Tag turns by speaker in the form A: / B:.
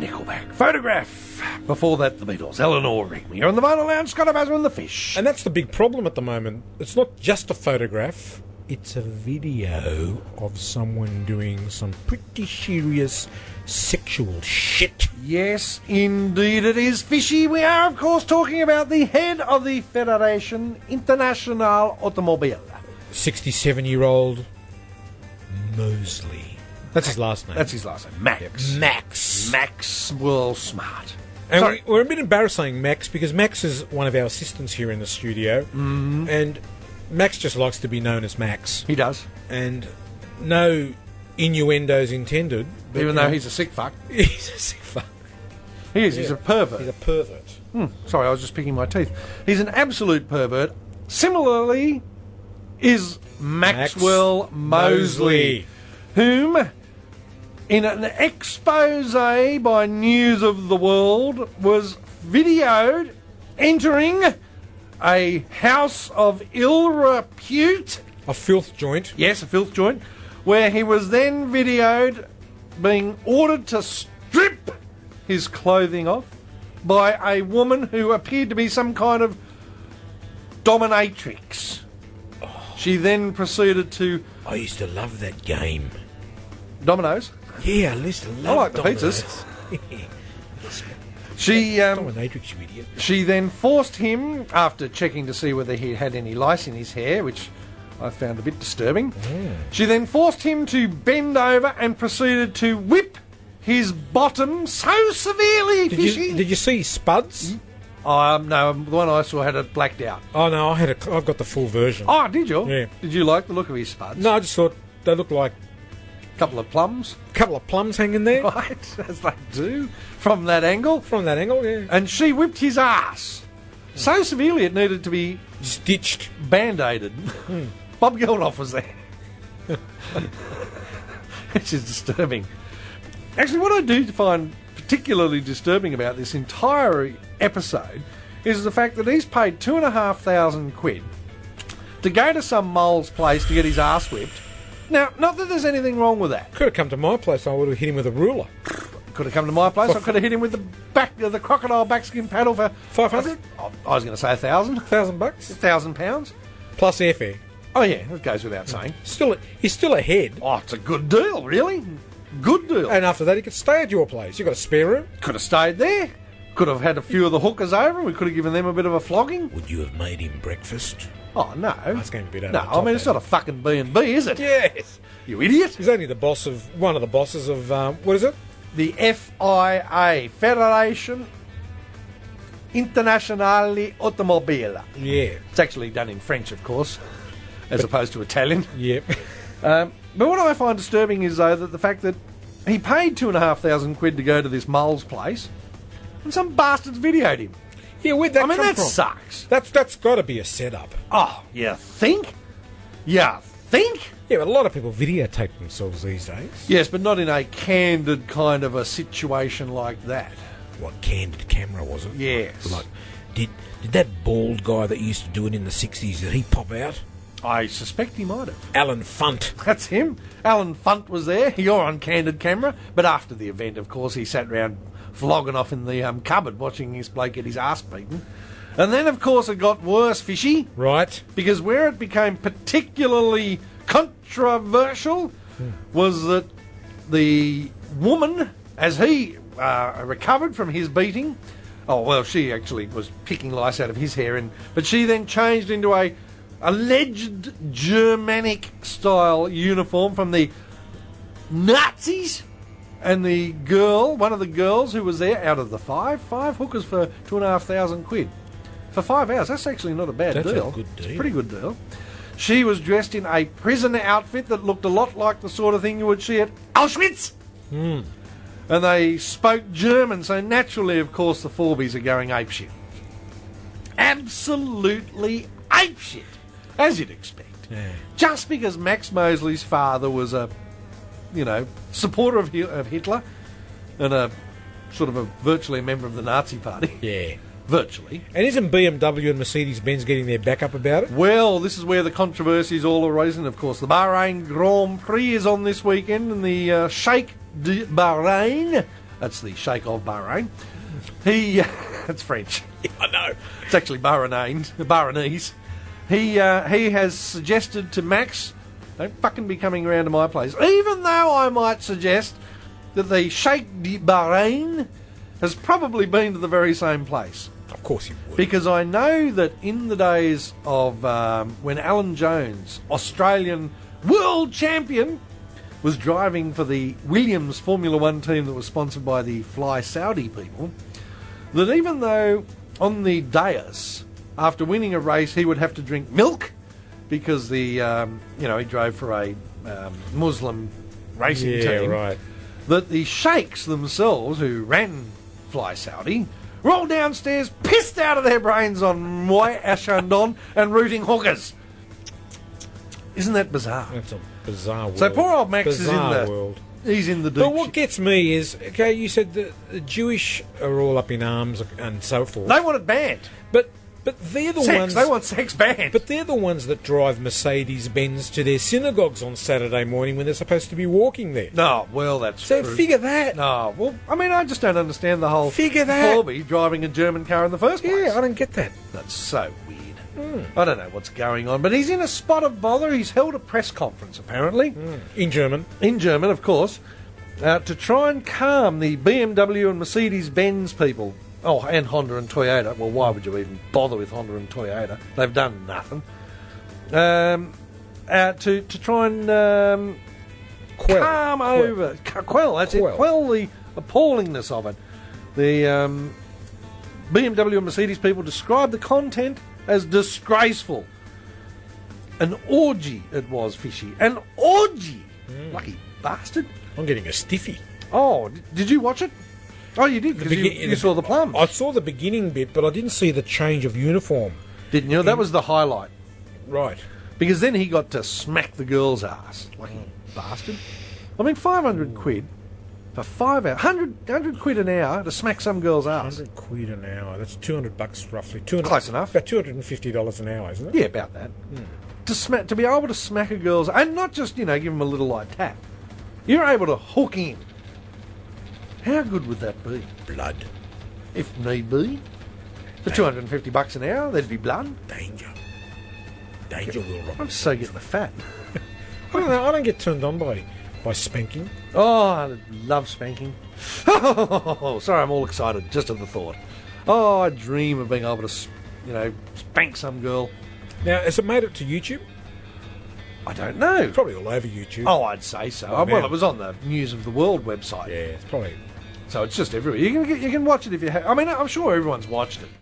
A: Nickelback. Photograph. Before that, the Beatles. Eleanor, ring me. You're on the vinyl lounge. Scott Abazza and the fish.
B: And that's the big problem at the moment. It's not just a photograph, it's a video of someone doing some pretty serious sexual shit.
A: Yes, indeed, it is fishy. We are, of course, talking about the head of the Federation Internationale Automobile.
B: 67 year old Mosley. That's his last name.
A: That's his last name, Max.
B: Max.
A: Maxwell Smart.
B: And
A: Sorry.
B: we, we're a bit embarrassed saying Max because Max is one of our assistants here in the studio.
A: Mm-hmm.
B: Mm. And Max just likes to be known as Max.
A: He does,
B: And no innuendos intended. but,
A: even
B: you
A: though
B: know,
A: he's a sick fuck.
B: he's a sick fuck.
A: He is. He's a pervert.
B: He's a pervert.
A: Sorry, I was just picking my teeth. He's an absolute pervert. Similarly, is Maxwell Mosley,
B: Mosley.
A: whom, in an expose by News of the World, was videoed entering a house of ill repute.
B: A filth joint.
A: Yes, a filth joint, where he was then videoed being ordered to strip his clothing off by a woman who appeared to be some kind of dominatrix. She then proceeded to
B: I used to love that game.
A: dominoes.
B: Yeah, I used to love
A: like the pizzas. She um,
B: Dominatrix, you idiot.
A: she then forced him after checking to see whether he had any lice in his hair, which I found a bit disturbing. She then forced him to bend over and proceeded to whip his bottom so severely,
B: Did
A: fishy.
B: you, did you see Spuds?
A: Um, no, the one I saw had it blacked out.
B: Oh no, I had a, I've got the full version.
A: Oh, did you?
B: Yeah.
A: Did you like the look of his spuds?
B: No, I just thought they looked like
A: couple of plums,
B: a couple of plums hanging there
A: right? As they do from that angle.
B: from that angle. Yeah,
A: And she whipped his ass so severely it needed to be
B: stitched.
A: band-aided. Bob Geldof was there. Which is disturbing. Actually, what I do find particularly disturbing about this entire episode is the fact that he's paid two and a half thousand quid to go to some mole's place to get his ass whipped. Now, not that there's anything wrong with that.
B: Could have come to my place. I would have hit him with a ruler.
A: Could have come to my place. I could have hit him with the back, uh, the crocodile backskin paddle for
B: 500?
A: I was going to say a thousand,
B: Thousand bucks
A: thousand pounds.
B: plus airfare.
A: Oh yeah, that goes without saying.
B: Still, he's still ahead.
A: Oh, it's a good deal, really. Good deal.
B: And after that, he could stay at your place. You got a spare room?
A: could have Uh, stayed there. Could have had a few of the hookers over. We could have given them a bit of a flogging.
B: Would you have made him breakfast?
A: Oh no,
B: That's going to be a bit over
A: no.
B: the
A: I
B: top,
A: mean, it's
B: though.
A: not a fucking B and B, is it?
B: Yes.
A: You idiot.
B: He's only the boss of one of the bosses of um, what is it?
A: The FIA Federation Internazionale Automobile.
B: Yeah.
A: It's actually done in French, of course, as opposed to Italian.
B: Yep.
A: Um, but what I find disturbing is though that the fact that he paid two and a half thousand quid to go to this mole's place, and some bastards videoed him.
B: Yeah. Where'd that
A: I mean,
B: come
A: that
B: from?
A: sucks.
B: That's that's got to be a setup.
A: Oh, you think? Yeah, think?
B: Yeah, but a lot of people videotape themselves these days.
A: Yes, but not in a candid kind of a situation like that.
C: What candid camera was it?
A: Yes.
C: Like, did did that bald guy that used to do it in the sixties? Did he pop out?
A: I suspect he might have.
C: Alan Funt.
A: That's him. Alan Funt was there. You're on candid camera. But after the event, of course, he sat round flogging off in the um, cupboard watching this bloke get his ass beaten. And then, of course, it got worse, fishy.
B: Right.
A: because where it became particularly controversial was that the woman, as he uh, recovered from his beating, oh well, she actually was picking lice out of his hair, and but she then changed into a alleged Germanic style uniform from the Nazis. And the girl, one of the girls who was there, out of the five, five hookers for two and a half thousand quid for five hours. That's actually not a bad
C: That's a
A: deal.
C: good
A: It's a
C: deal.
A: pretty good deal. She was dressed in a prison outfit that looked a lot like the sort of thing you would see at Auschwitz.
C: Hmm.
A: And they spoke German, so naturally, of course, the Forbies are going apeshit. Absolutely apeshit, as you'd expect. Just because Max Mosley's father was a, you know, supporter of, Hi- of Hitler and a sort of a virtually a member of the Nazi party,
C: Yeah.
A: virtually.
B: And isn't BMW and Mercedes Benz getting their back up about it?
A: Well, this is where the controversy is all arising, of course. The Bahrain Grand Prix is on this weekend, and the uh, Sheikh de Bahrain That's the Sheikh of Bahrain. He, that's French.
B: I know.
A: It's actually Bahrain, Bahrainese. He uh, he has suggested to Max, don't fucking be coming around to my place. Even though I might suggest that the Sheikh de Bahrain has probably been to the very same place.
B: Of course you would.
A: Because I know that in the days of um, when Alan Jones, Australian world champion, was driving for the Williams Formula One team that was sponsored by the Fly Saudi people, that even though on the dais, after winning a race, he would have to drink milk because the, um, you know, he drove for a um, Muslim racing
B: yeah,
A: team
B: right.
A: that the sheikhs themselves, who ran Fly Saudi, were all downstairs pissed out of their brains on Moy Ashandon and rooting hookers. Isn't that bizarre?
B: That's a bizarre world.
A: So poor old Max
B: bizarre
A: is in the
B: world.
A: he's in the deep
B: But what
A: shit.
B: gets me is, okay, you said the, the Jewish are all up in arms and so forth.
A: they want it banned.
B: But but they're the
A: Sex,
B: ones.
A: they want sex banned.
B: but they're the ones that drive Mercedes Benz to their synagogues on Saturday morning when they're supposed to be walking there.
A: no, well that's
B: So
A: true.
B: figure that.
A: no, well, I mean, I just don't understand the whole
B: Figure that.
A: Corby driving a German car in the first place.
B: Yeah, I don't Hmm. get that.
A: That's so weird. I don't know what's going on, but he's in a spot of bother. He's held a press conference apparently.
B: In German,
A: in German, of course, uh, to try and calm the BMW and Mercedes Benz people. Oh, and Honda and Toyota. Well, why would you even bother with Honda and Toyota? They've done nothing. Um, uh, to, to try and um,
B: quell.
A: calm
B: Quell.
A: over, Ca- quell. That's
B: Quell.
A: it. Quell the appallingness of it. The um, BMW and Mercedes people described the content as disgraceful. An orgy it was, fishy. An orgy.
B: Mm.
A: Lucky bastard.
B: I'm getting a stiffy.
A: Oh, d- did you watch it? Oh, you did because you,
B: begin-
A: you saw the plum,
B: I saw the beginning bit, but I didn't see the change of uniform.
A: didn't you? That was the highlight
B: Right.
A: because then he got to smack the girl's ass. Lucky bastard. I mean, five hundred quid for five hours, 100, 100 quid an hour to smack some girl's ass.
B: 100 quid an hour. That's 200 bucks roughly. 200,
A: Close enough.
B: About $250 an hour, isn't it?
A: Yeah, about that. To smack, to be able to smack a girl's, and not just you know give him a little light tap. You're able to hook in. How good would that be,
B: Blood.
A: if need be? For two hundred and fifty bucks an hour, there'd be blood.
B: Danger. Danger, Will Robinson.
A: I'm so getting the fat.
B: I don't know. I don't get turned on by by spanking.
A: Oh, I love spanking. sorry, I'm all excited just at the thought. Oh, I dream of being able to, s- you know, spank some girl.
B: Now, has it made it to YouTube?
A: I don't know.
B: Probably all over YouTube.
A: Oh, I'd say so.
B: Oh,
A: well,
B: man.
A: it was on the News of the World website,
B: yeah, it's probably
A: so it's just everywhere. You can you can watch it if you. Ha- I mean, I'm sure everyone's watched it.